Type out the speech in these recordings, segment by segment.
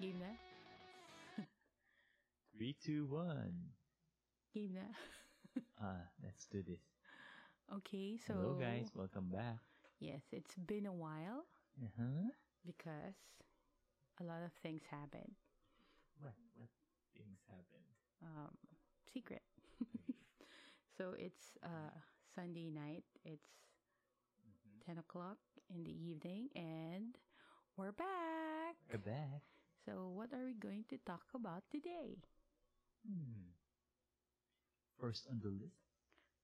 Game na? Three, two, one. Game na? Ah, let's do this. Okay, so... Hello, guys. Welcome back. Yes, it's been a while Uh huh. because a lot of things happened. What what things happened? Um, secret. so it's uh, Sunday night. It's 10 Mm-hmm. o'clock in the evening and we're back. We're back. So what are we going to talk about today? Hmm. First on the list.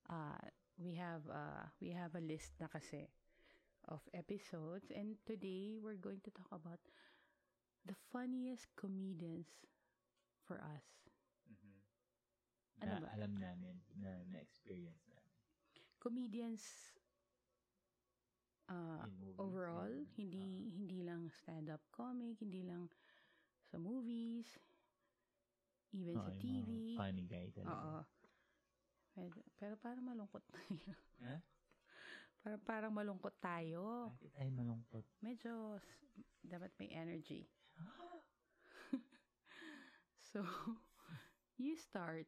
uh, we have uh, we have a list na kasi of episodes and today we're going to talk about the funniest comedians for us. Na Mm-hmm. Ano ba? alam namin, na na-experience namin. Comedians uh, In movies, Ah, overall, in- hindi hindi lang stand-up comic, hindi lang sa movies, even Oo, sa Ah, yung TV. mga Funny guy Oo. talaga. Pero, pero parang malungkot tayo. Ha? parang, parang malungkot tayo. Bakit ay malungkot? medyo s- dapat may energy. so, you start.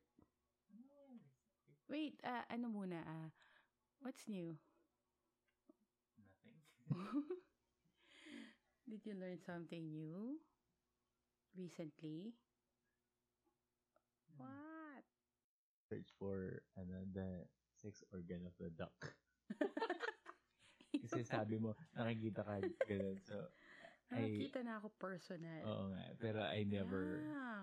Wait, ah, ano muna? ah, what's new? Nothing. Did you learn something new recently? What? Search for, ano, the sex organ of the duck. Kasi sabi mo, nakikita ka ganun. So, I, Nakakita Ah, na ako personal. oo nga. Pero I oh, never, Ah,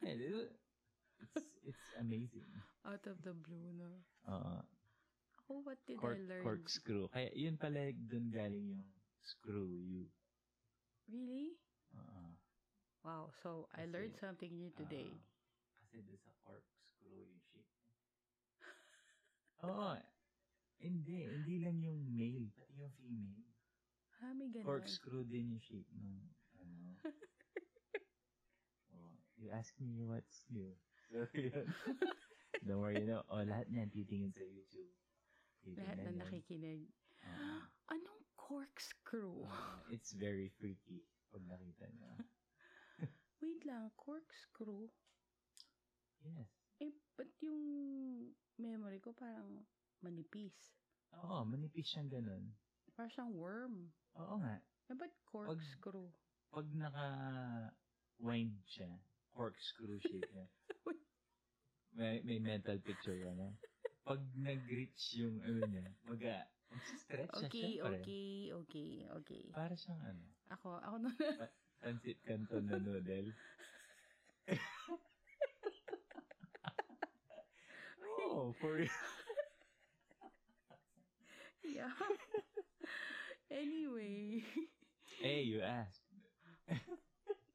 it's, it's amazing. out of the blue, no? Oo. Ako, what did I cork, learn? corkscrew. Kaya yun pala dun galing yung screw you. Really? Oo. Wow, so I Kasi, learned something new today. Ah, kasi dun sa corkscrew yung shape. Oo. Hindi. Hindi lang yung male. Pati yung female. ah, may ganun. Corkscrew din yung shape ng ano. oh, you ask me what's new. So, yun. Don't worry, you know. Oh, lahat niyan titingin sa YouTube. Lahat na Titingnan yan. nakikinig. Oo. Anong corkscrew? Ah, Uh-huh. it's very freaky pag nakita niya. Wait lang, corkscrew? Yes. Eh, ba't yung memory ko parang manipis? Oo, manipis siyang ganun. Parang siyang worm. Oo nga. Eh, ba't corkscrew? Pag naka-wind siya, corkscrew shape niya. may, may mental picture ka na. Pag nag-reach yung ano niya, mag stretch na Okay, siya pare. okay, okay, okay. Para siyang ano, Ako, ako na. pancit canton na noodle. oh, for yeah. anyway. Hey, you asked.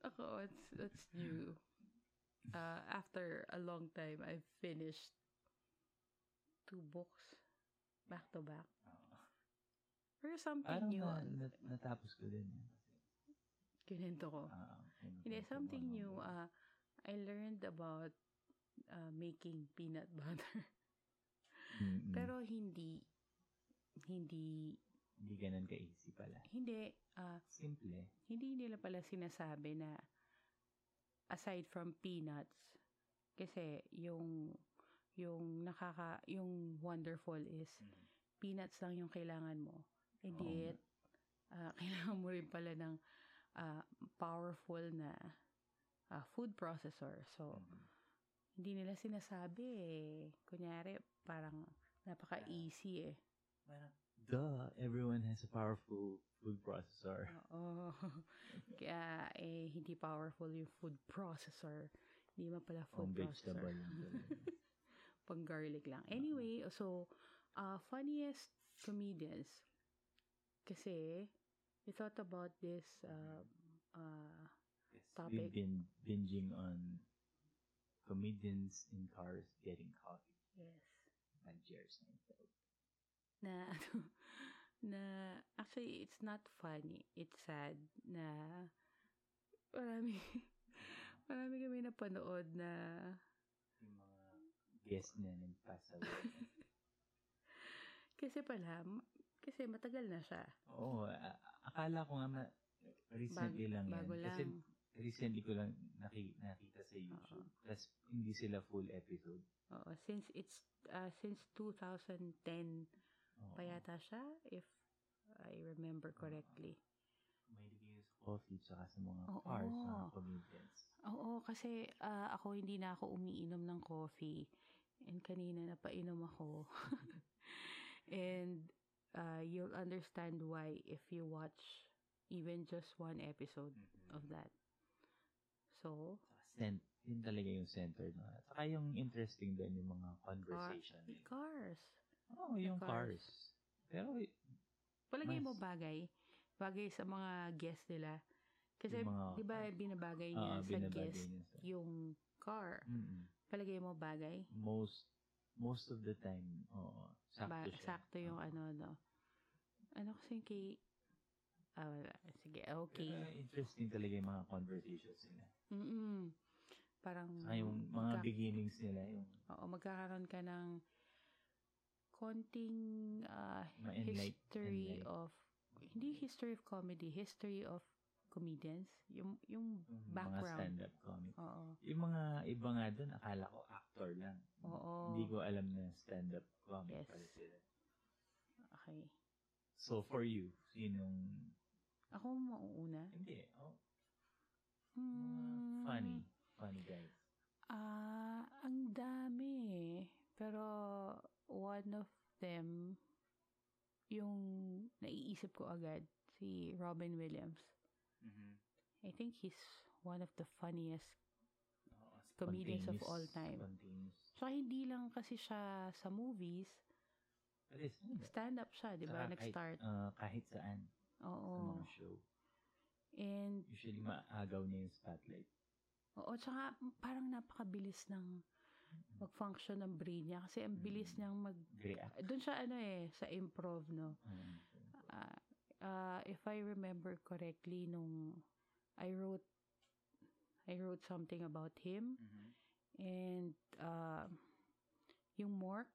Ako, it's, it's new. Uh, after a long time, I finished two books back to back. Oo. Or something Parang new. ah. na, na- natapos ko din. yan. Kinento ko. Ah, okay. Hindi, something new. Uh, I learned about uh, making peanut butter. Mm-mm. Pero hindi, hindi, Hindi ganun ka-easy pala. hindi, uh, Simple. hindi nila pala sinasabi na aside from peanuts, kasi yung, yung nakaka, yung wonderful is peanuts lang yung kailangan mo. Oo Hindi, ah, kailangan mo rin pala ng ah, powerful na ah, food processor. So, hindi nila sinasabi eh. Kunyari, parang napaka-easy eh. Parang, duh, everyone has a powerful food processor. Oo. Kaya eh, hindi powerful yung food processor. Hindi man pala food Ang vegetable processor. yun talaga. Pang garlic lang. Anyway, so, uh, funniest comedians. Kasi, we thought about this, uh, uh, Yes, Topic. We've been binging on comedians in cars getting coffee yes, by Jerry Seinfeld. na, ano, na, actually, it's not funny. It's sad na, marami, marami kami napanood na, Yung mga guests na nag-pass away. kasi pala, m- kasi matagal na siya. Oo, a- Oh, akala ko nga ma- Bago- recently lang yan. bago Kasi lang. recently ko lang naki, nakita sa YouTube. Tapos, hindi sila full episode. Oo, since it's ah, since 2010 Oo. pa yata siya if I remember correctly. May reviews sa coffee tsaka sa mga Oo. bars na comedians. Oo, kasi ah, ako hindi na ako umiinom ng coffee. And kanina napainom ako. And ah, you'll understand why if you watch even just one episode Mhm. of that. So, Cent- yun talaga yung center na. Saka yung interesting din yung mga conversation. the cars. Oo, oh, yung cars. cars. Pero ah, y- Palagay mo Mas- bagay? Bagay sa mga guest nila. Kasi, Yung mga- di ba, binabagay niya ah, sa binabagay guest niya sa... yung car. Mm-mm. Palagay mo bagay? Most most of the time, oo. Sakto Ba- siya. Ah. sakto yung ano, no? Ano kasi yung kay... Ah, wala. Sige, okay. Ah, Pero interesting talaga yung mga conversations nila. Mm-mm. Parang... Saka Ah, yung Mm-hmm. mga magka- beginnings nila, yung Oo, magkakaroon ka ng konting ah, ma-enlight. history enlight. of... Hindi history of comedy, history of comedians. Yung, yung yung mm, Mga background. stand-up comic. Oo. Yung mga iba nga dun, akala ko actor lang. Oo. Hindi ko alam na stand-up comic Yes. pala sila. Okay. So, for you, sinong... Ako mauuna. Hindi, oh, Hmm. mga funny. Funny guys. Ah, ang dami eh. Pero one of them, yung naiisip ko agad, si Robin Williams. I think he's one of the funniest. Oo, Comedians of spontaneous, all time. spontaneous. So, hindi lang kasi siya sa movies. But it's- Stand-up siya, di ba? Saka Nag-start. Kahit, ah, ano kahit saan. Sa Oo. mga show. And, Usually, maagaw niya yung spotlight. oo, tsaka parang napakabilis ng Mm-hmm. Ah, mag-function ng brain niya. Kasi ang bilis Mm. niyang mag... React. Doon siya ano eh, sa improv, no? Mm. Ah, ah, if I remember correctly, nung I wrote, I wrote something about him and uh, yung Mork,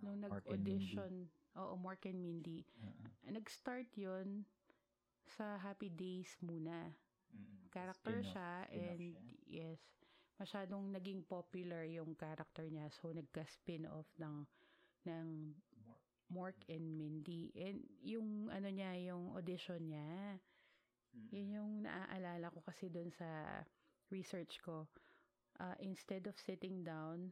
nung Ah, Mark and Ah, nag-audition, oo, Mork and Mindy, Mindy. Oo. nag-start yon sa Happy Days muna. Mm-mm. Character Spin-off. siya spin-off and yes, masyadong naging popular yung character niya so nagka-spin-off ng ng More. Mork and Mindy. And yung ano niya, yung audition niya, Mm-mm. yun yung naaalala ko kasi doon sa research ko. Ah, instead of sitting down,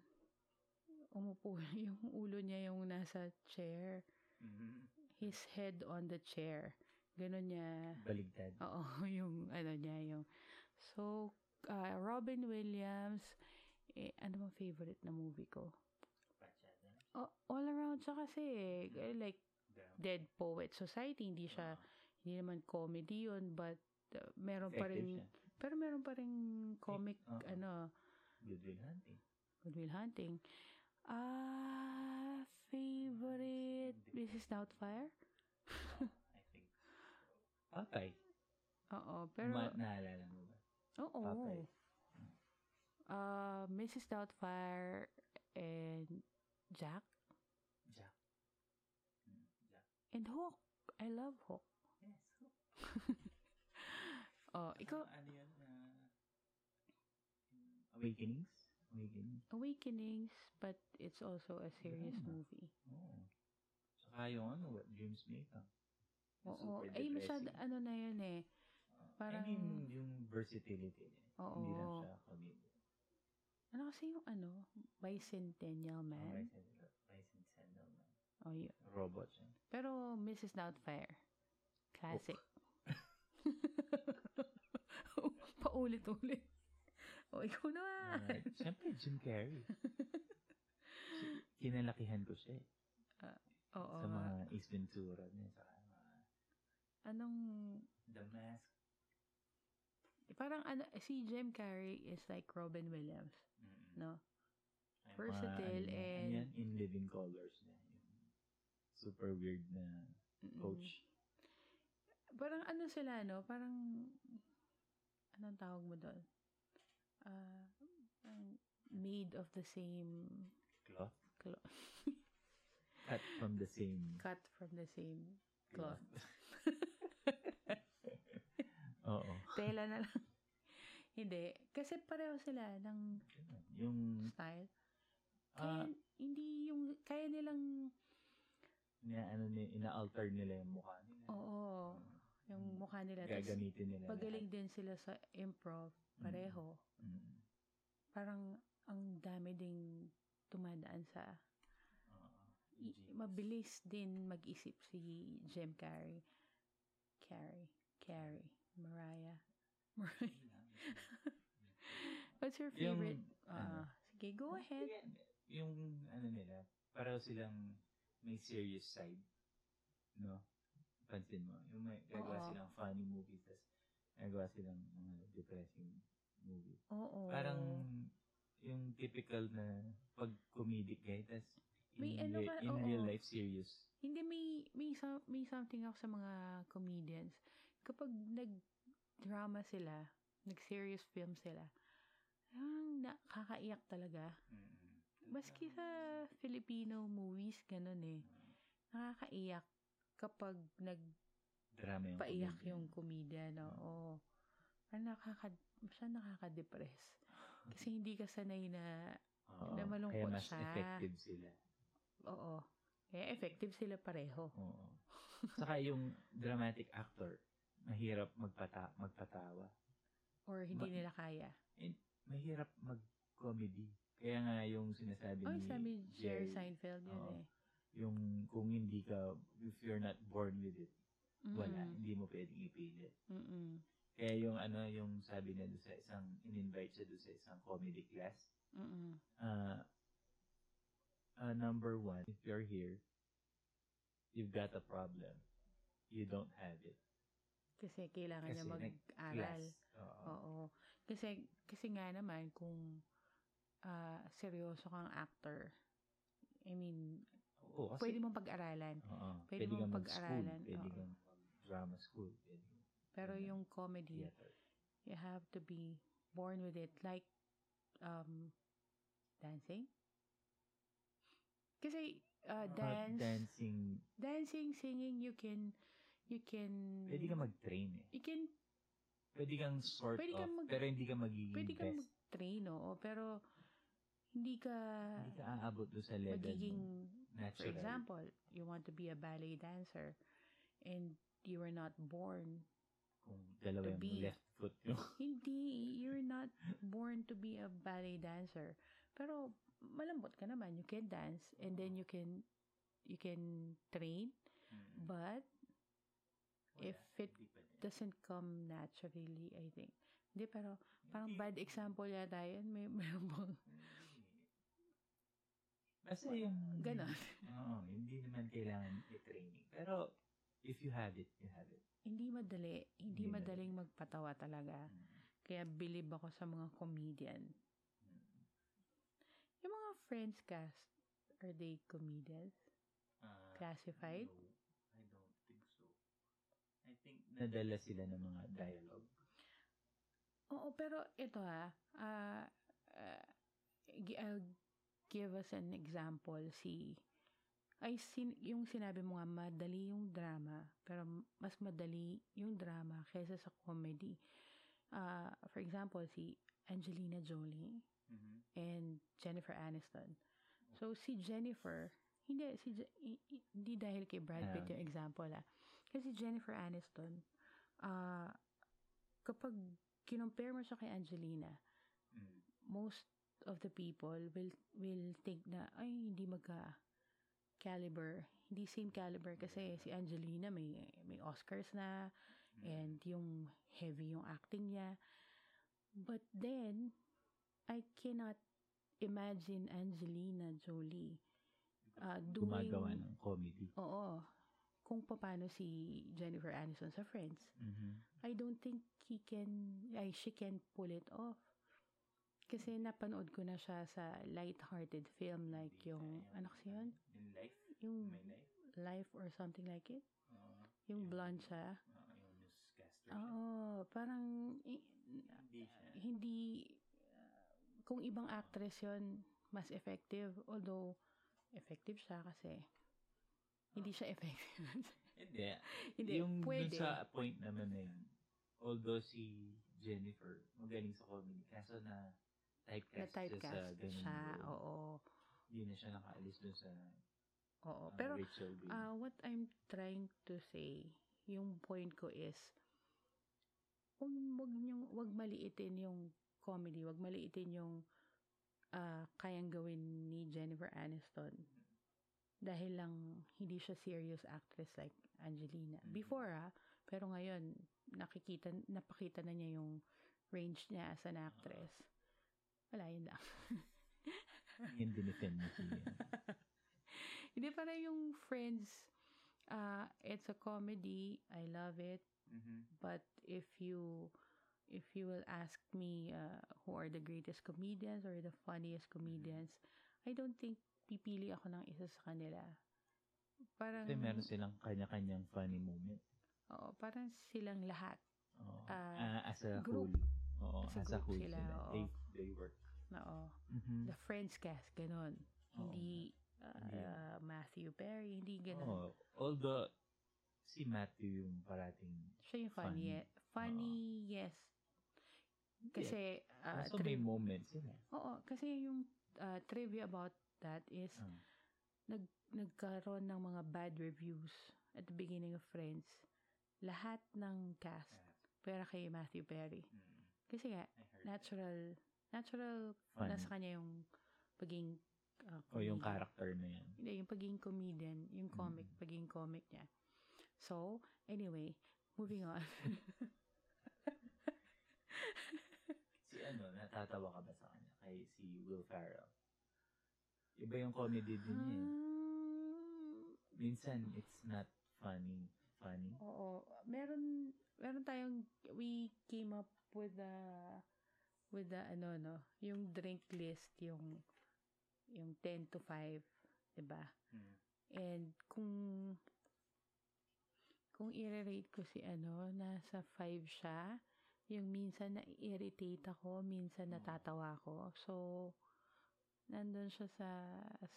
umupo yung ulo niya yung nasa chair. Mhm. His head on the chair. Ganon niya. Baligtad. Oo, yung ano niya, yung... So, ah, Robin Williams, eh, ano bang favorite na movie ko? Bachata. Oh, all around siya kasi, eh, like, Drama. Dead Poet Society, hindi siya, Oo. hindi naman comedy yun, but uh, meron pa Ah, rin, Effective siya. pero meron pa rin comic, Oo. ano, Good Will Hunting. Good Will Hunting. Ah, favorite, Mrs. Doubtfire? Oo, I think. Patay. Oo, pero, Ma- naalala mo ba? oo. Patay. Ah, Mrs. Doubtfire and Jack Jack. Mm, Jack. and Hawk. I love Hawk. Yes. Oh, ikaw, Ano yun? ah, Awakenings? Awakenings. Awakenings, but it's also a serious Drama. movie. Oo. Saka Oh. yung ano, what dreams may come. Yung Oo. super Ay, masyado, depressing. ano na yun eh. Ah, parang- I mean, yung versatility niya. Hindi lang Oo. siya comedian. Ano kasi yung ano? Bicentennial Man. Vice and- Vice and Sandal na. Oh, yun. Robot siya. Pero Mrs. Doubtfire. Classic. Paulit-ulit. O, ikaw na. Alright. Siyempre, Jim Carrey. Kinalakihan ko siya eh. Oo. sa mga Ace Ventura niya. Saka mga Anong, The Mask. parang ano, si Jim Carrey is like Robin Williams, Mm-mm. no? Ay, mga versatile niya, ano and- yan, in living colors niya. Yung super weird na Mm-mm. coach. Parang ano sila, no? Parang, anong tawag mo doon? Ah, parang made of the same Cloth. cloth. Cut from the same Cut from the same cloth. Oo. Tela na lang. Hindi. Kasi pareho sila ng Ganun. Yung, style. Kaya, ah, hindi yung, kaya nilang, ina, ano, ni- ina-alter nila yung mukha nila. oo, yung Mm. mukha nila. Tapos, Gagamitin nila. pagaling din sila sa improv, lahat. pareho. Mm. Mm. Parang, ang dami ding tumadaan sa, Oo. i- Jeez. mabilis din mag-isip si Jim Carrey. Carrey. Carrey. Mariah. Mariah. What's your Yung, favorite? ano? ah sige, go ahead. Sige, Yung ano nila, pareho silang may serious side. No? Pansin mo. Yung may gagawa Oo. silang funny movies, tapos gagawa silang mga depressing movies. Oo. Parang yung typical na pag comedic guy, tapos in, May ano re- ka- in oo. real life serious. Hindi, may, may, so- may something ako sa mga comedians. Kapag nag-drama sila, nag-serious film sila, ang nakakaiyak talaga. Mm. Maski sa Filipino movies, ganun eh. Nakakaiyak kapag nag drama yung paiyak comedian. yung comedian, oo. Parang nakaka, siya nakaka-depress. Kasi hindi ka sanay na, Oo, na malungkot kaya mas siya. effective sila. oo. Kaya effective sila pareho. Oo. Saka yung dramatic actor, mahirap magpata magpatawa. Or hindi Ma- nila kaya. mahirap mag-comedy. Kaya nga yung sinasabi Oh, ni sabi ni Jerry Seinfeld yun Oo. eh. yung kung hindi ka, if you're not born with it, Mm-mm. wala, hindi mo pwedeng ipilit. Mm-mm. Kaya yung ano, yung sabi niya doon sa isang, in-invite siya doon sa isang comedy class, Mm-mm. uh, uh, number one, if you're here, you've got a problem. You don't have it. Kasi kailangan Kasi niya mag-aral. Class. Oo. Oo. Kasi, kasi nga naman, kung ah, seryoso kang actor, I mean, Oo, kasi- pwede mong pag-aralan. Oo. Pwede mong kang pag-aralan, mag-school, Pwede oo. kang drama school. Pwede kang Pero Ganun. yung comedy, theater. you have to be born with it like um dancing kasi uh, Mga dance dancing. dancing singing you can you can Pwede kang mag-train eh. you can Pwede kang sort Pwede of. kang mag- pero hindi ka magiging pwede kang best. mag-train oo pero hindi ka hindi ka aabot doon sa level magiging mo. for Natural. example you want to be a ballet dancer and you were not born Kung dalawa to yung be- left foot mo. Hindi, you're not born to be a ballet dancer. Pero malambot ka naman, you can dance and then you can you can train, but if it doesn't come naturally, I think. Hindi, pero parang bad example yata yun. May, meron bang Basta yung... ganon. Oo, hindi naman kailangan i-training. Pero, if you have it, you have it. hindi madali. Hindi Hindi madali. madaling magpatawa talaga. Mm. Kaya believe ako sa mga comedian. Mm. Yung mga friends cast, are they comedians? Ah, Classified? No, I don't think so. I think nadala sila ng mga dialogue. Oo, pero ito ha, ah, ah, gi- I'll give us an example si ay sin, yung sinabi mo nga madali yung drama pero mas madali yung drama kaysa sa comedy. Ah, for example si Angelina Jolie Mm-hmm. and Jennifer Aniston. So si Jennifer, hindi si Je- i- i- hindi dahil kay Brad Pitt Ah. yung example ah. Kasi Jennifer Aniston, ah kapag kinumpare mo siya kay Angelina, Mm. most of the people will will think na ay hindi magka caliber, hindi same caliber kasi si Angelina may may Oscars na, Mm. and yung heavy yung acting niya. But then, I cannot imagine Angelina Jolie uh, doing... Gumagawa ng comedy. Oo. Kung paano si Jennifer Aniston sa Friends. Mhm. I don't think he can... Ay, she can pull it off. Kasi napanood ko na siya sa light-hearted film like Hindi yung... kaya. Ano kasi yun? Hmm. Yung life. Yung May life. Life or something like it? Oo. Yung Yung- blonde siya. Oo, yung newscaster. siya. Oo. Parang... i- Hindi siya. hindi uh, kung ibang actress yon mas effective although effective siya kasi hindi siya effective Hindi. hindi yung dun pwede sa point naman na yun, although si Jennifer, magaling sa comedy. Kaso na typecast, siya sa Na-typecast ah, ganun. siya. role. Oo. Hindi na siya nakaalis dun sa Oo. uh, Pero Rachel Ray. Ah, what I'm trying to say, yung point ko is, wag, wag, niyong, wag maliitin yung comedy, wag maliitin yung ah, kayang gawin ni Jennifer Aniston. Dahil lang hindi siya serious actress like Angelina. Mhm. Before ah, pero ngayon, nakikita, napakita na niya yung range niya as an actress. Wala, yun lang. Hindi dinefend niya si Hindi para yung Friends, ah, it's a comedy, I love it. Mhm. but if you if you will ask me uh, who are the greatest comedians or the funniest Mm-hmm. comedians I don't think pipili ako ng isa sa kanila parang Kasi meron silang kanya-kanyang funny moment. oo, parang silang lahat Oo. Ah, Ah, as a group. whole. Oo, As a as, a group sila, whole sila. oo. They, they work. oo Mhm. the friends cast ganon Oo. hindi uh, Hindi. uh, Matthew Perry hindi ganon Oo. Although, si Matthew yung parating. siya yung funny Funny. eh. funny yes kasi uh, Kaso ah, may tri- moment sila. oo kasi yung uh, trivia about that is Ah. nagkaroon ng mga bad reviews at the beginning of Friends, lahat ng cast, pero kay Matthew Perry. Mm. Kasi nga, I heard that. natural, natural, Funny. nasa kanya yung pagiging uh, O comedian. yung character Mm. na yan. Hindi, yung pagiging comedian, yung comic, pagiging comic niya. So, anyway, moving on. Si ano, natatawa ka ba sa kanya? Kay si Will Ferrell. Iba yung comedy din niya. eh. Ah, Minsan, it's not funny. Funny? Oo. Meron, meron tayong, we came up with a, with the ano, no, yung drink list, yung, yung 10 to 5, diba? Mm. And kung, kung i-rate ko si ano, nasa 5 siya, yung minsan na-irritate ako, minsan Mm. natatawa ako. So, nandun siya sa,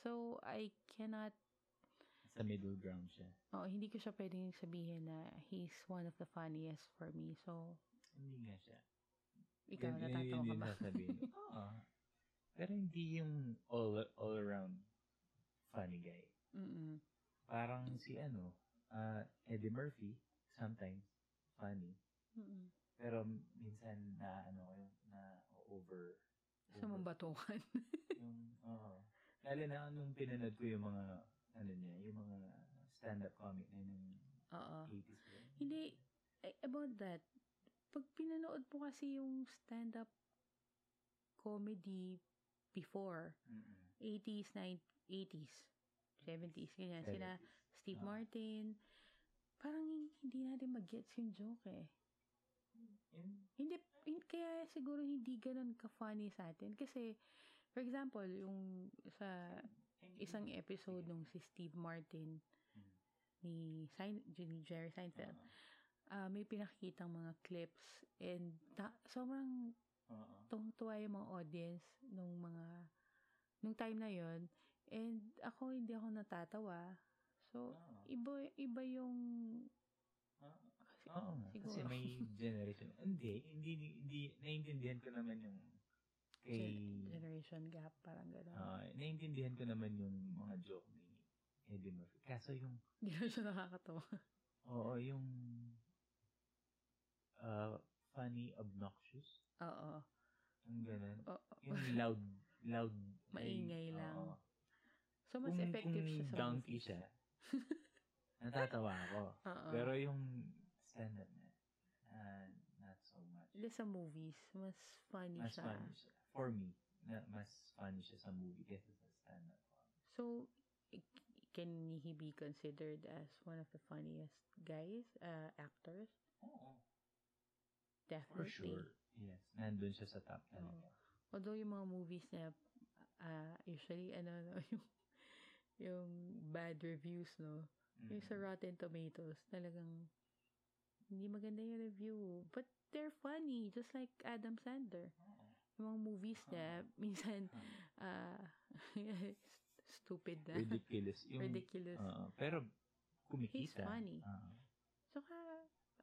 so, I cannot Sa middle ground siya. Oo, hindi ko siya pwedeng sabihin na he's one of the funniest for me. So, Hindi nga siya. ikaw, Yun- yun- natatawa yun ka yung ba? sasabihin. Oo. Pero hindi yung all, all around funny guy. Mm-mm. Parang si ano, ah, Eddie Murphy, sometimes funny. Mm-mm. Pero minsan na ano ko yun, na over. Sa mong batukan. Yung, oo. Lalo na nung pinanood ko yung mga, ano niya, yung mga stand-up comic na yun ng Oo. 80s. ba yun? Ah. Hindi, eh, about that, pag pinanood mo kasi yung stand-up comedy before, Mm-mm. 80s, 90s, 80s, 70s, ganyan, sila Steve Ah. Martin, parang hindi natin mag-gets yung joke eh. Yun. Hindi, hin- kaya siguro hindi ganun ka-funny sa atin. Kasi, for example, yung sa isang episode nung si Steve Martin Mm. ni, Sein, ni Jerry Seinfeld, ah, may pinakitang mga clips and ta- sobrang Oo. Oo. tungtuwa yung mga audience nung mga nung time na yon and ako hindi ako natatawa. So, Oo. iba, iba yung Oo nga. Ah, Kasi Siguro. may generation. Hindi, hindi, hindi, naiintindihan ko naman yung kay, gen- generation gap, parang gano'n. Eh. ah, naiintindihan ko naman yung mga joke ni Eddie Murphy. Kaso yung, Hindi na siya nakakatawa. oo, yung ah, funny, obnoxious, Oo. yung ganun. Oo. Yung loud, loud. Maingay lang. oo. So, mas Kung- effective kung siya sa donkey movies. siya, natatawa ako. Oo. Pero yung stand-up na, ah, not so much. Hindi sa movies, mas funny mas siya. funny siya. For me, na, mas funny siya sa movie kaysa sa stand-up comedy. So, i- can he be considered as one of the funniest guys, uh, actors? Oo. For Definitely. sure. Yes. Nandun siya sa top talaga. Although yung mga movies na ah, usually, ano, no, yung, yung bad reviews, no? Mm. Yung sa Rotten Tomatoes, talagang hindi maganda yung review. But they're funny, just like Adam Sandler. Oo. Yung mga movies na minsan Ah, ah stupid na. Ridiculous. Yung, ah. Ridiculous. Oo. pero, kumikita. He's funny. Oo. Tsaka,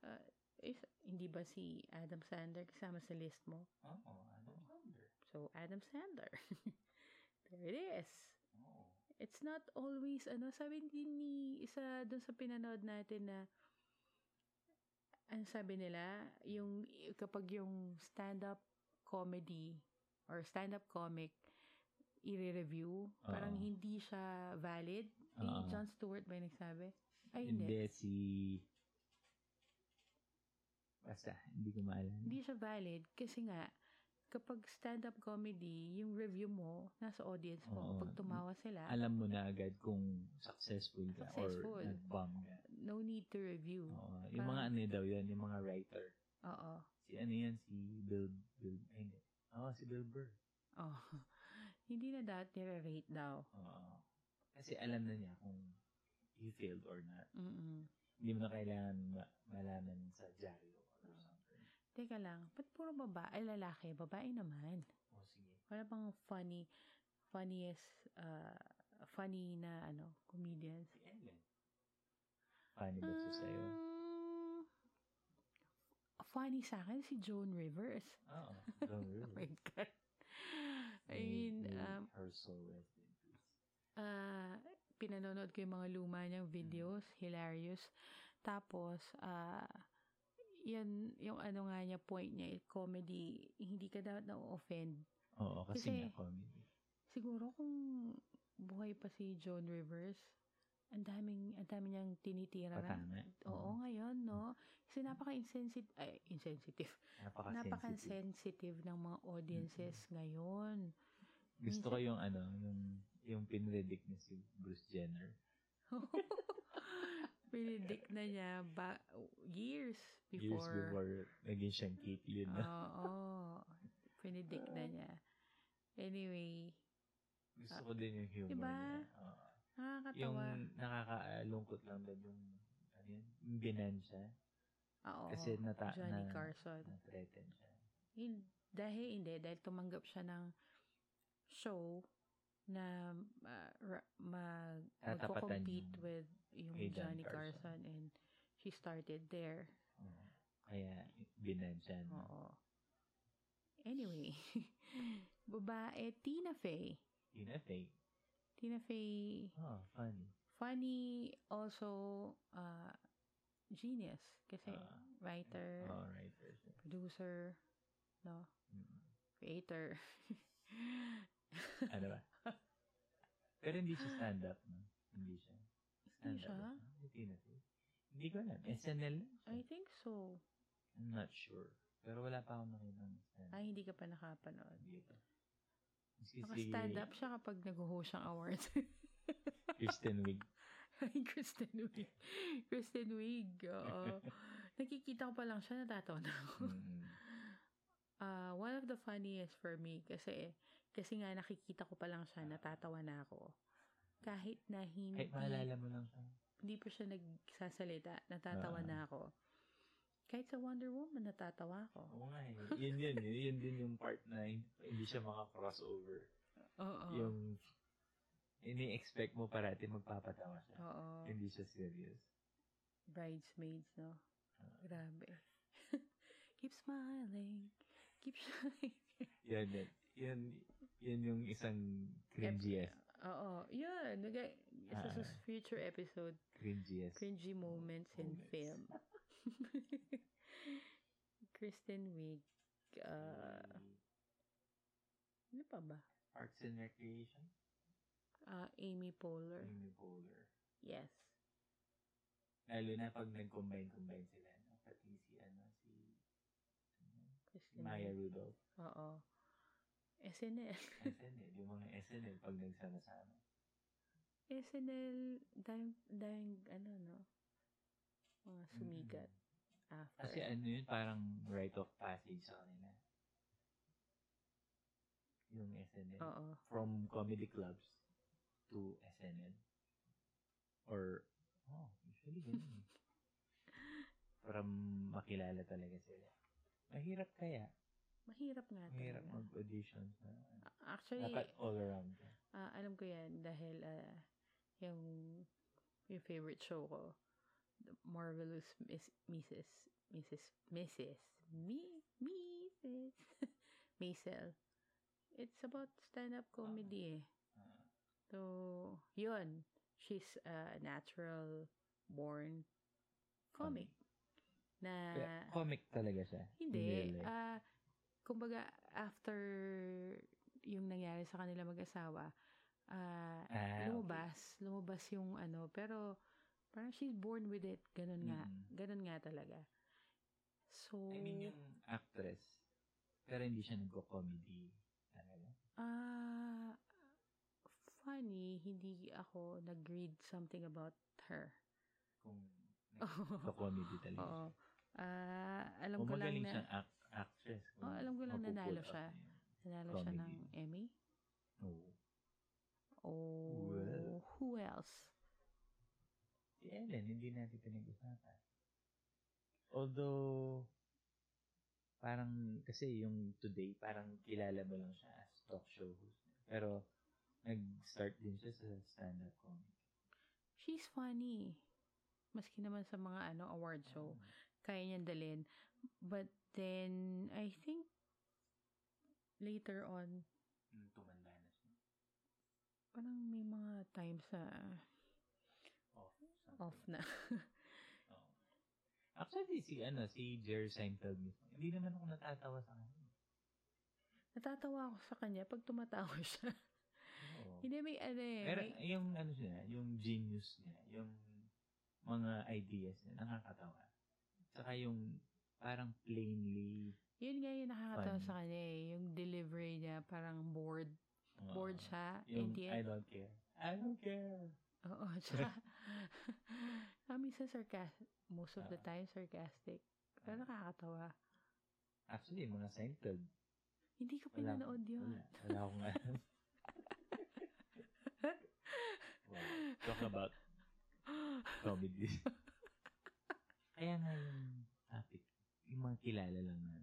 ah, Is, hindi ba si Adam Sandler kasama sa list mo? Oo, Adam Sandler. So, Adam Sandler. There it is. Oo. It's not always, ano, sabi din ni isa dun sa pinanood natin na, ano sabi nila, yung, kapag yung stand-up comedy or stand-up comic, i-review, parang Oo. hindi siya valid. Si Oo. John Stewart ba yung nagsabi? Ay, Ah. Hindi, hindi. si... Basta, hindi ko maalala. Hindi siya valid kasi nga, kapag stand-up comedy, yung review mo, nasa audience mo. Oo. Pag tumawa sila, Alam mo na agad kung successful ka Successful. or nagbang ka. no need to review. Oo. Yung mga Parang- ano daw yun, yung mga writer. Oo. Si ano yan, si Bill, Bill, ay, hindi. Oo, si Bill Burr. Oh. Hindi na dati nire-rate daw. Oo. Ah. Kasi alam na niya kung he failed or not. Mm-mm. Hindi mo na kailangan ma- malaman sa dyaryo Hmm. or something. Teka lang, ba't puro babae? Ay, lalaki. Babae naman. O sige. Wala bang funny, funniest, ah, funny na, ano, comedians? Si Ellen. Paano Ano ba siya sa'yo? Mm, funny sa akin, si Joan Rivers. Oo. Don't Oh my worry. God. I mean, May- may um, her soul rest in peace. ah, pinanonood ko yung mga luma niyang videos, hilarious. Tapos, ah, yan, yung ano nga niya, point niya, eh, comedy, hindi ka dapat na-offend. Oo, kasi, Kasi- nga comedy. Siguro kung buhay pa si John Rivers, ang daming, ang dami niyang tinitira. na- Patama. Mm. Oo, ngayon, no? Kasi napaka-insensitive, ay, insensitive. Napaka-sensitive. Napaka-sensitive ng mga audiences ngayon. Gusto ko yung ano, yung yung pinredict ni si Bruce Jenner. Pinidik na niya ba, years Years before. Ah. before naging siyang Kate Lynn. no? Oo. Pinidik na niya. Anyway, Gusto ko din yung humor Ah. Diba? niya. Oo. Yung nakakatawa. nakakaalungkot lang din yung ano yun, yung binansya. Oo. Kasi nata Johnny na, Carson. na-threaten siya. Hin- dahil hindi, dahil tumanggap siya ng show na ah, ra- mag Tatapatan compete yung- with yung kay Johnny Johnny Carson. Carson. and she started there. Oo. Kaya binansya. No? Oo. Anyway, babae Tina Fey. Tina Fey. Tina Fey, Oh, funny. funny also ah, genius kasi Ah. writer, All right. person. producer, no, Mm. creator. Ano ba? Pero hindi siya stand-up, no? Hindi siya. Hindi Stand-up Ano siya? ba Hindi Tina Fey. Hindi ko alam. SNL lang siya. I think so. I'm not sure. Pero wala pa akong nakita ng stand-up. Ay, hindi ka pa nakapanood. Hindi pa. Maski si Naka-stand up siya kapag nag-host siyang awards. Kristen Wiig. Ay, Kristen Wiig. Kristen Wiig, oo. Nakikita ko pa lang siya, natatawa na ako. Mm. Ah, one of the funniest for me kasi kasi nga nakikita ko pa lang siya, natatawa na ako. Kahit na hindi, Kahit maalala mo lang siya. hindi pa siya nagsasalita, natatawa Ah. na ako. Kahit sa Wonder Woman, natatawa ako. Oo nga eh. Yun yun. Yun, yun din yung part na hindi siya makakrossover. Oo. Yung ini-expect mo parati magpapatawa siya. Oo. Hindi siya serious. Bridesmaids, no? Ah. Grabe. keep smiling. Keep shining. Yan, yan. Yan, yan yung isang cringiest, Oo. Yun. Naga, sa eh. Ah. sus- future episode, cringiest. cringy moments in Moments. film. Kristen Wiig. Uh, ano pa ba? Arts and Recreation? Ah, Amy Poehler. Amy Poehler. Yes. Lalo na pag nag-combine-combine sila. No? Pati si, ano, si ano Kristen Maya Wiig. Rudolph. Oo. SNL. SNL. Yung mga SNL pag nagsama-sama. SNL, daming, daming, ano, no? Mga sumikat. Ah, After. Kasi ano yun, parang rite of passage sa kanila. Yung SNL. Oo. From comedy clubs to SNL. Or, oh, usually ganun. eh. Para makilala talaga sila. Mahirap kaya. Mahirap nga Ah, Mahirap talaga. mag-audition. sa ano. Actually, Dapat all around ka. ah, alam ko yan dahil ah, yung, yung favorite show ko, The marvelous Miss, Mrs. Mrs. Mrs. Me, Mrs. Maisel. It's about stand-up comedy eh. Ah, So, yun. She's a natural born comic. Na, Kaya eh. comic talaga siya. hindi. Really. Ah, kumbaga, after yung nangyari sa kanila mag-asawa, ah, Ah, lumabas. Lumabas yung ano. Pero, parang she's born with it. Ganun nga. Mm. Ganun nga talaga. So, I mean, yung actress. Pero hindi siya nagko-comedy. Talaga. ah, funny, hindi ako nag-read something about her. Kung nagko-comedy talaga. Oo. siya. Ah, alam Kung ko lang Oh, magaling na siyang act- actress. kung Oo, alam ko lang mapupull nanalo out siya. niya yun. nanalo siya ng comedy. Emmy. Oo. Oh, Well. who else? Si Ellen, hindi natin pinag-usapan. Although, parang, kasi yung today, parang kilala mo lang siya as talk show host. Pero, nag-start din siya sa stand-up comedy. She's funny. Maski naman sa mga ano award show, kaya niyang dalhin. But then, I think, later on, Mm, tumanda na siya. parang may mga times sa Off. something. off na. Oo. Actually, si, ano, si Jerry Seinfeld mismo. Hindi naman ako natatawa sa kanya. Natatawa ako sa kanya pag tumatawa siya. Oo. Hindi, may ano eh. Pero may- yung ano siya, yung genius niya, yung mga ideas niya, nakakatawa. Saka yung parang plainly yun nga yung nakakatawa Funny. sa kanya eh. Yung delivery niya, parang bored. uh, bored siya. ano? Yung and yet, I don't care. I don't care. Oo, tsaka, kami sa sarcastic, most of the Ah. time sarcastic. Pero nakakatawa. Actually, yung mga Seinfeld. Hindi ko Wala, pinanood yun. wala, wala akong alam. wow. Talk about comedy. Kaya nga yung topic, yung mga kilala lang na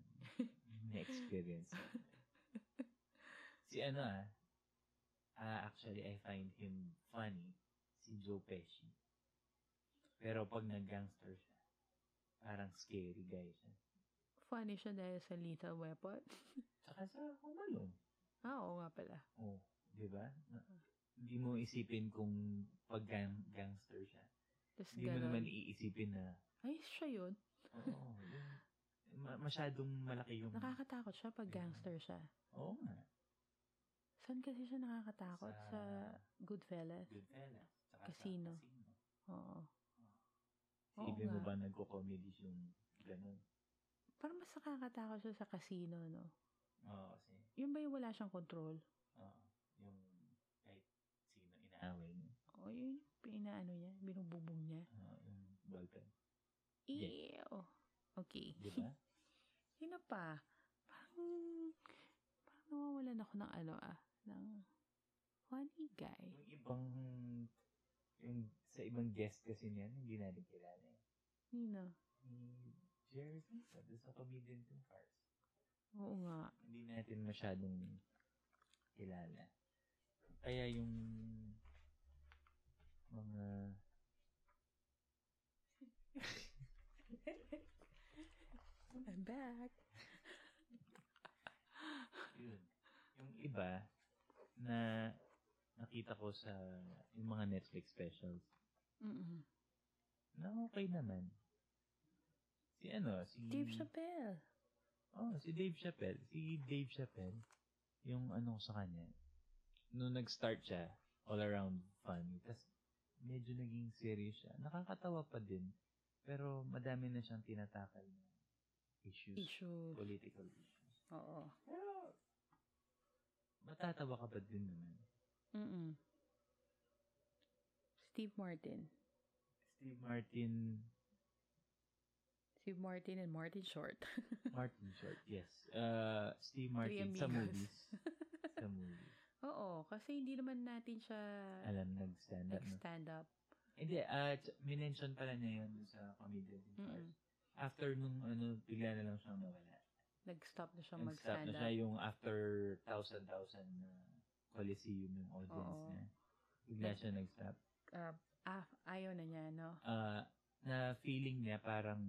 na-experience. si ano ah, ah, actually I find him funny, si Joe Pesci. Pero pag nag-gangster siya, parang scary guy siya. Funny siya dahil sa Lethal Weapon. Tsaka sa kumalong. ah, oo nga pala. Oh, di ba? Na- Hindi mo isipin kung pag gang- gangster siya. Tapos Hindi mo ganun. naman Mm. iisipin na Ay, siya yun. Oo. yung- ma- masyadong malaki yung... Nakakatakot siya pag Diba? gangster siya. Oo nga. Saan kasi siya nakakatakot? Sa- Sa, Goodfellas. Goodfellas. Tsaka sa Casino. Oo. Oo Isipin mo nga. ba nagko-comedy yung ganun? Parang mas nakakatakot siya sa casino, no? Oo, kasi... Yun ba yung wala siyang control? Oo. Yung kahit sino inaaway niya. O yun yung pinaano niya, binububog niya. Oo, yung ballpen. Ew. Okay. Di ba? Sino pa? Parang, parang nawawalan ako ng ano ah, ng funny guy. yung ibang... Yung sa ibang guest kasi niyan, hindi natin kilala. eh. Nino? Ni Jerry Seinfeld, doon sa comedian to Cars. Oo nga. Hindi natin masyadong kilala. Kaya yung mga I'm back. yun, yung iba na nakita ko sa yung mga Netflix specials Mm-mm. na okay naman. Si ano? Si, Dave Chappelle. Oh, si Dave Chappelle. Si Dave Chappelle, yung ano ko sa kanya, nung nag-start siya, all around funny, tas medyo naging serious siya. Nakakatawa pa din, pero madami na siyang tinatakal na issues, Issue. political issues. Oo. Pero, matatawa ka pa din naman. Mm-mm. Steve Martin. Steve Martin, Steve Martin and Martin Short. Martin Short, yes. Uh, Steve Martin sa amigos. movies. sa movies. Oo, kasi hindi naman natin siya Alam, nag-stand up. na. nag-stand up. Hindi, at minention pala niya yun dun sa comedian in Cars. Mm-mm. After nung ano, bigla na lang siyang nawala. Nag-stop na siya Nag-stop mag-stand na up. siya yung after thousand-thousand na coliseum yung audience Oo. niya. Bigla siya nag-stop. ah, ah, ayaw na niya, no? Ah, na feeling niya parang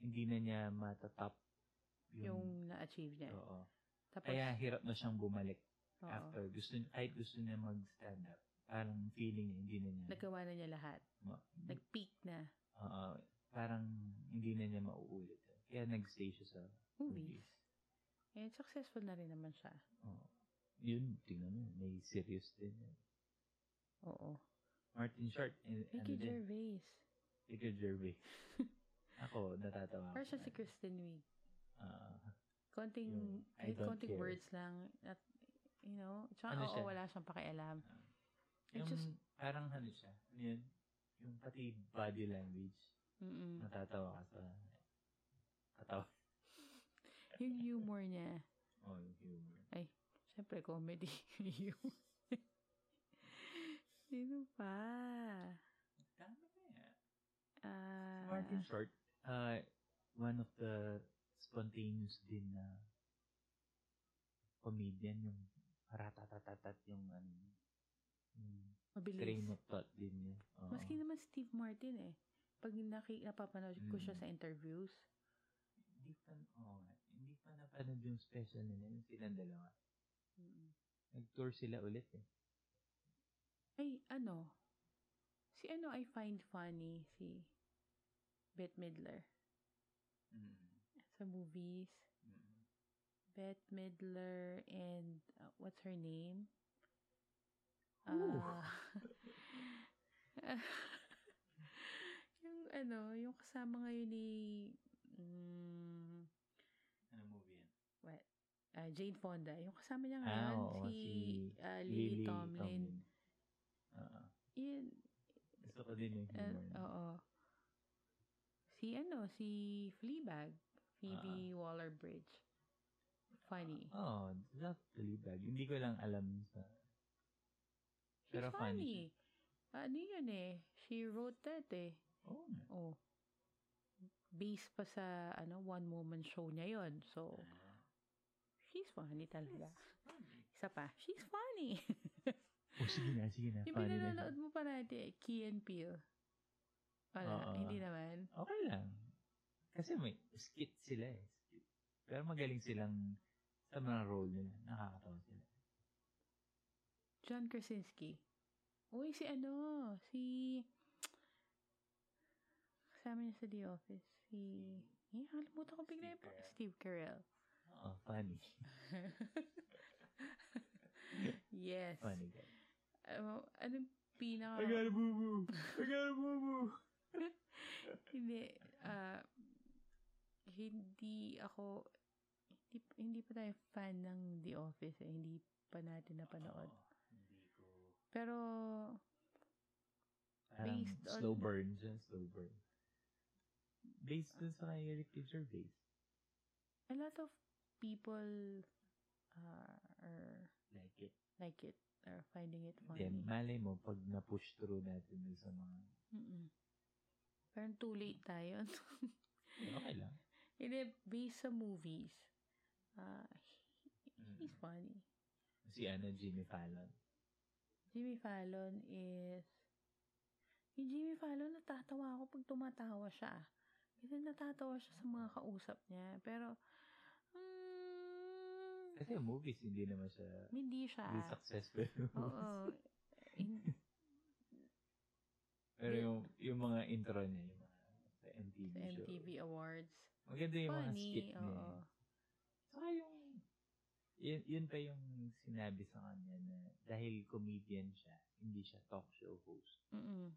hindi na niya matatap yung, yung na-achieve niya. oo. Tapos, Kaya hirap na siyang bumalik oo, after. Gusto, kahit gusto niya mag-stand up, parang feeling niya hindi na niya. nagawa na niya lahat. ma- Nag-peak na. oo, parang hindi na niya mauulit. Kaya nag-stay siya sa Movies. movies. And successful na rin naman siya. Oo. Yun, tingnan mo. May serious din. yan. Oo. Martin Short. And, Ricky ano din, Gervais. Ricky Gervais. Ako, natatawa Para ako. siya si Kristen Wiig. Ah, Konting, Yung, kahit I don't konting care. words lang. At, you know, tsaka Ano oo, siya? wala siyang pakialam. I yung just- parang ano siya, ano yun? Yung pati body language, Mm-mm. natatawa ka sa katawa. Yung humor niya. Oh, yung humor. Siyempre, comedy. humor. Sino pa? Dami kaya. Ah, Martin Short, uh, one of the spontaneous din na comedian, yung ratatatatat yung ano, yung mabilis. train of thought din niya. Oo. Maski naman Steve Martin eh. Pag naki, napapanood ko siya Mm. sa interviews, hindi pa, oo nga, hindi pa napanood yung special nila, yung silang dalawa. Nag-tour sila ulit eh. ay ano, si ano I find funny, si Bette Midler. Mm-hmm. Sa movies, Bette Midler and uh, what's her name? Ooh. Ah, yung ano, yung kasama ngayon ni mm, Ano movie yan? what? Ah, Jane Fonda. Yung kasama niya Ah, ngayon, oo, si, si ah, Lily, Tomlin. Oo. Yun, Gusto ko din yung ah, humor. niya. oo. Si ano, si Fleabag. Phoebe Ah. Waller-Bridge. Funny. Oo, oh, love Fleabag. Hindi ko lang alam sa... She's pero funny funny. Ano yun eh? She wrote that eh. Oo nga. Oh. Based pa sa ano one woman show niya yon. So, Ah, she's funny talaga. funny. Isa pa, she's funny. Oh, sige na, sige na. Yung funny na pinanonood siya. mo pa natin, eh, Key and Peele. Wala, Oo. hindi naman. Okay lang. Kasi may skit sila eh. Skit. Pero magaling silang sa mga role nila. Nakakatawa sila. John Krasinski. Uy, si ano, si... Kasama niya sa The Office. Si... Eh, nakalimutan ko bigla yung pa- Steve Steve Carell. Carell. Oo, funny. yes. Funny guy. Ano, anong pinaka... I got a boo-boo! I got a boo-boo! Hindi, ah, hindi ako, hindi, hindi pa tayo fan ng The Office eh. Hindi pa natin napanood. Oo, hindi ko Pero, Parang Based on- slow burn siya, slow burn. Based dun sa kay Ricky Gervais. a lot of people ah, are Like it. like it, are finding it funny. Then, malay mo, pag na-push through natin dun sa mga, Mm-mm. Parang too late tayo. Eh, okay lang. Hindi, based sa movies, ah, Mm. he's funny. Si ano, Jimmy Fallon. Jimmy Fallon is... Yung Jimmy Fallon, natatawa ako pag tumatawa siya. Kasi natatawa siya sa mga kausap niya. Pero, mm, Kasi yung movies, hindi naman siya hindi siya. hindi successful. Ah. Oo. In- Pero yung, yung mga intro niya, yung mga sa MTV, sa show. MTV Awards. Maganda yung mga skit Funny, niya. oo. eh. Saka yung, yun, yun pa yung sinabi sa kanya na dahil comedian siya, hindi siya talk show host. Mm-mm.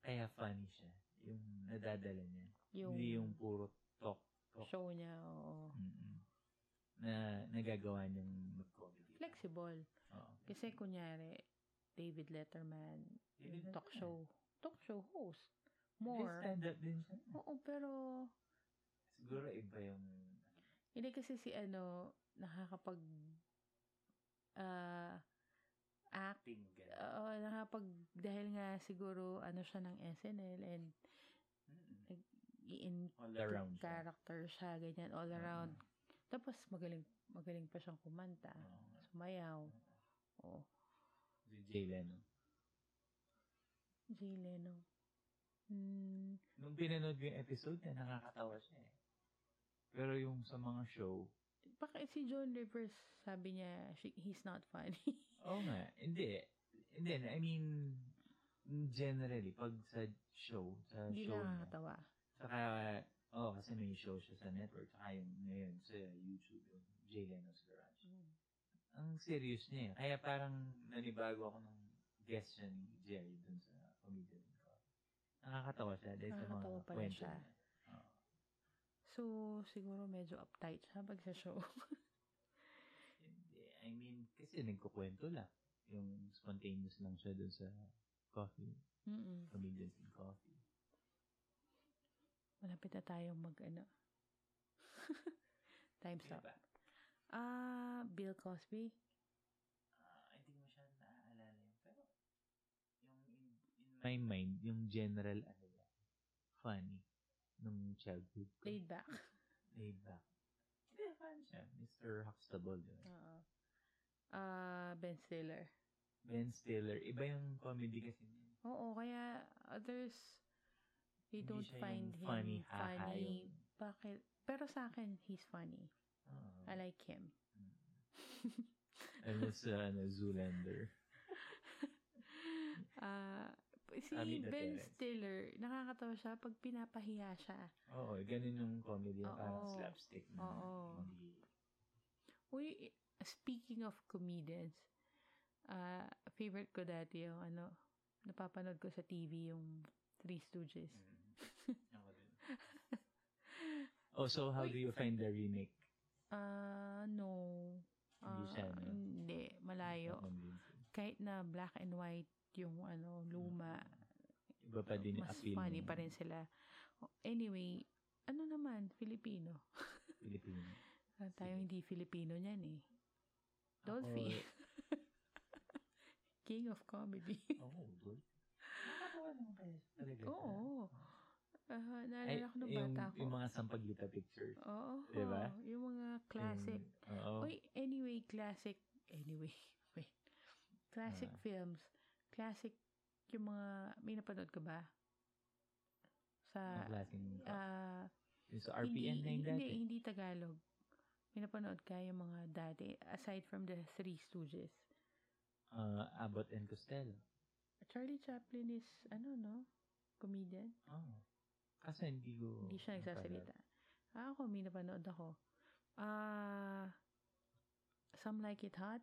kaya funny siya. Yung nadadala niya. Yung, Hindi yung puro talk. talk. show niya, oo. Mm-mm. Na nagagawa niyang mag-comedy. Flexible. Oo. Kasi kunyari, David Letterman, David talk Letterman. uh, show, talk show host. Hindi, More. stand-up din siya. Oo, pero Siguro iba yung... Hindi kasi si ano, nakakapag ah act Tingga. oo, nakapag dahil nga siguro ano siya ng SNL and Mm-mm. in All around siya. Mm-hmm. character siya ganyan all around. Oo. Tapos magaling magaling pa siyang kumanta, Oo nga. sumayaw. Oh, Si Jay Leno. Jay Leno. Mm, Nung pinanood ko yung episode niya, nakakatawa siya eh. Pero yung sa mga show, bakit eh, si John Rivers sabi niya, "She- he's not funny. oo nga, hindi. Hindi, I mean, generally, pag sa show, sa Hindi show na niya, nakakatawa. Saka, oh, kasi may show siya sa network. Saka yung ngayon sa YouTube, yung Jay Leno's Garage. Ang serious niya eh. Kaya parang nanibago ako ng guest siya ni Jerry dun sa comedian ko. Nakakatawa siya dahil sa mga Nakakatawa pala kwento siya. niya. Oo. So, siguro medyo uptight siya pag sa show. Hindi, I mean, kasi nagkukwento lang. Yung spontaneous lang siya dun sa coffee, Mm-mm. comedians in coffee. Malapit na tayong mag, ano, time's Sino up. ba? Ah, Bill Cosby. Ah, hindi ko siya naaalala yun. Pero, yung in, in my mind, yung general, ano yan, funny, nung childhood ko. Laid back. Laid back. Hindi, fan siya. Mr. Huxtable. diba? Yun. Oo. Uh-uh. Ah, Ben Stiller. Ben Stiller. Iba yung comedy kasi niya. Oo, kaya others, they Hindi don't siya find yung him funny, funny. haha, yung- Bakit? Pero sa akin, he's funny. Oo. I like him. I miss uh, Ah. ano, Zoolander. Ah, si Amin na Ben Terrence. Stiller, nakakatawa siya pag pinapahiya siya. Oo, ganun yung comedy. yung Parang Oo. slapstick. na Oo. Hindi, Uy, i- speaking of comedians, ah, favorite ko dati yung ano, napapanood ko sa TV yung Three Stooges. Mm. Ako din. Oh, so how Uy. do you find the remake? Ah, no. Hindi Ah, siya, no? Mm-hmm. Hindi, malayo. Not convincing. Kahit na black and white yung ano, luma, Iba pa din yung mas appeal. funny ng pa rin sila. Anyway, ano naman, Filipino. Pilipino. Ah, Tayo Sige. hindi Filipino niyan eh. Dolphy. Ako- eh. King of comedy. Oo, Dolphy. Nakakatawa naman kaya siya talaga. Oo. Ah, Ay, naalala ko nung yung, bata ko. yung mga sampaglita pictures. Oo. Diba? Yung mga classic. Yung- Oo. Uy, anyway, classic. Anyway, wait. Classic Ah. films. Classic yung mga, may napanood ka ba? Ang Sa, klaseng, ah, yung sa RPN na hindi, yung dati. hindi, hindi Tagalog. May napanood ka yung mga dati, aside from the Three Stooges. Ah, Abbott and Costello. Charlie Chaplin is, ano, no? Comedian. Oo. Oh. Kaso hindi ko... Hindi siya nagsasalita. Ah, ako, may napanood ako. Ah, Some Like It Hot.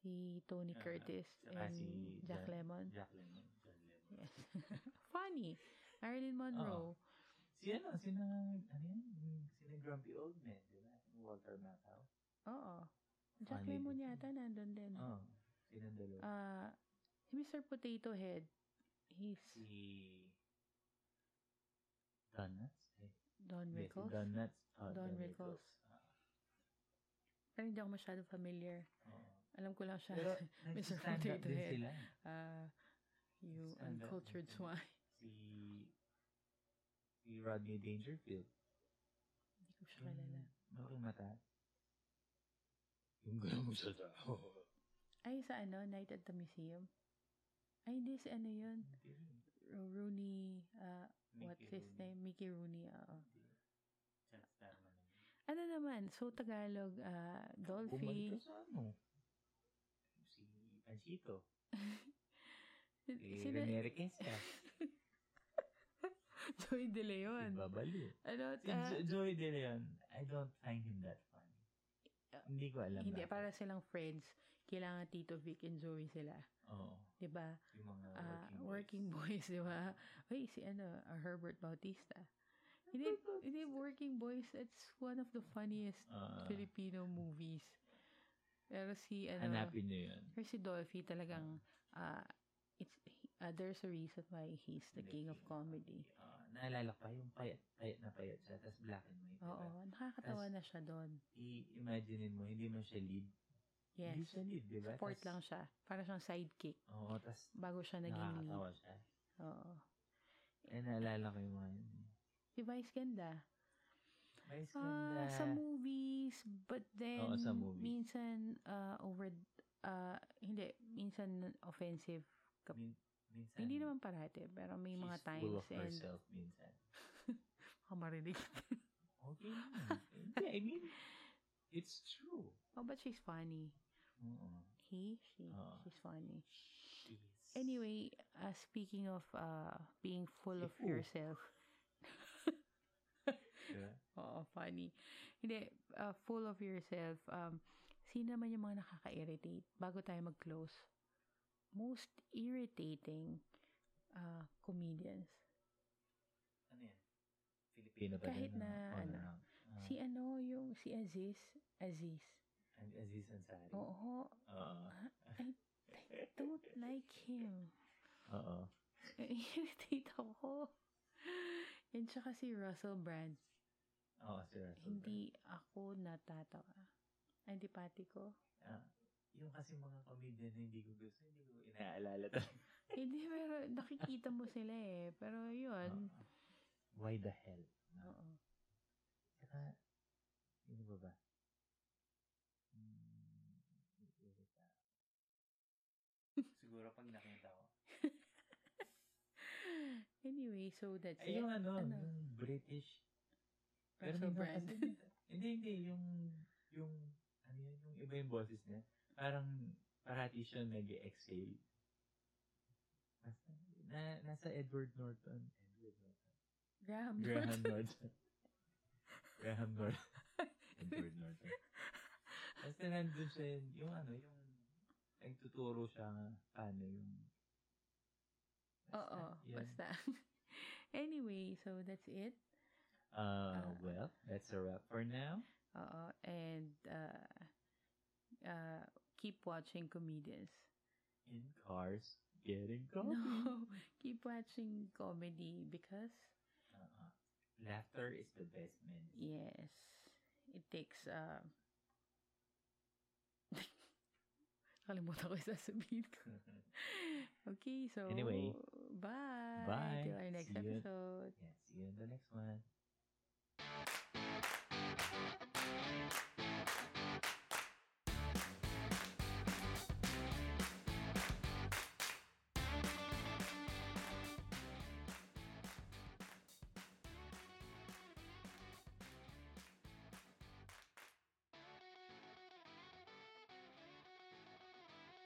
Si Tony Ah, Curtis tsaka and si Jack Jan- Lemmon. Jack Lemmon. Jack Lemmon. Yes. Funny. Marilyn Monroe. Si ano, sina, ano yan? Yung Sina Grumpy Old Man, di ba? Yung Walter Matthau. Oo. Jack Oh. Funny. Lemmon yata nandun din. Oo. Oh, sila dalawa. Mm. Ah, si Mr. Potato Head. He's si... Don Nuts? Eh, Don hindi, si Rickles. Don Nuts. Oh, Don Rickles. Pero hindi ako masyado familiar. Ah, oo. Alam ko lang siya. Pero, Mr. nagsistand up Potato din Head. sila. Ah, you Stand up. uncultured swine. Si... Si Rodney Dangerfield. Hindi ko siya kilala. Bakit mata? Yung gano'n mo sa tao. Ay, sa ano, Night at the Museum. Ay, hindi, si ano yun. Hindi rin. Ro- Rooney, ah, what's Mickey his Rooney. name? Mickey Rooney, oo. Hindi. Chance Starman. Ano naman? So, Tagalog, ah, Bumalik Dolphy. ka sa ano? Si Pancito. Si Sino? Ranieri Quesa. Joy De Si Leon. Babalu. Ano? Si ah, Jo- Joey De Leon, I don't find him that funny. Ah, Hindi ko alam. hindi, bakit. para silang friends. Kailangan Tito Vic and Joey sila. Oo. Diba? Yung mga Ah, working, working boys, di ba? Uy, si ano, ah, Herbert Bautista. Hindi, hindi Working Boys, it's one of the funniest Ah. Filipino movies. Pero si, ano, Hanapin niyo yun. pero si Dolphy talagang, ah, it's, he- ah, there's a reason why he's the king of comedy. Ah, naalala ko pa yung payat, payat na payat siya, tapos black and white. diba? Oo, nakakatawa Tas- na siya doon. I-imagine mo, hindi mo siya lead. Hindi Yes. siya lead, di ba? Support Tas- lang siya. Para siyang sidekick Oo, tapos bago siya naging lead. nakakatawa siya. Oo. Eh, naalala ko yung mga yun. Si Vice Diba, Ganda. Vice Ah, ganda. sa movies, but then Oo, sa movies. minsan ah, over ah, hindi, minsan offensive Min- Minsan. Hindi naman parati, pero may mga she's full times of and herself minsan. baka marinig. Okay naman. Hindi, I mean, it's true. oh, but she's funny. Oo. He, she, Oo. she's funny. She's... Anyway, uh, speaking of uh, being full of Ooh. yourself. Diba? Oo, funny. Hindi, uh, full of yourself. Um, sino naman yung mga nakaka-irritate bago tayo mag-close? Most irritating uh, comedians. Ano yan? Filipino ba? Kahit din, na, no? Oo, ano, no? Ah, Si ano, yung si Aziz. Aziz. Az- Ah, Aziz Ansari. Oo. Oo. Don't like him. Oo. Irritate ako. And saka si Russell Brand. Oo, si Russell Brand. Hindi ako natatawa. Antipati ko. Ah, yung kasi mga comedian na hindi ko gusto, hindi ko inaalala talaga. Hindi, pero nakikita mo sila eh. Pero yun. Oo. Why the hell? No? Oo. Saka, ano ba ba? Hmm, iirit na ako. Siguro pag nakita ko. Anyway, so that's Ay, yung it. ano, Ano? yung British. Pero Russell minsan Brand. kasi, hindi, hindi, yung, yung, ano yun, yung iba yung boses niya, parang, parati siya nag-exhale. Basta, na, nasa Edward Norton. Edward Norton. Graham. Graham Norton. Graham Norton. Edward Norton. Basta nandun siya yun, yung ano, yung, nagtuturo siya nga, paano yung, Oo, yun. basta. anyway, so that's it. Uh, Ah. well, that's a wrap for now. Oo, and uh, uh, keep watching comedians. In cars, getting coffee. No, keep watching comedy because, Uh-uh. Laughter is the best medicine. yes, it takes, uh, nakalimutan ko yung sasabihin ko. Okay, so, Anyway, bye. bye. Till our next See you. episode. yeah, see you in the next one.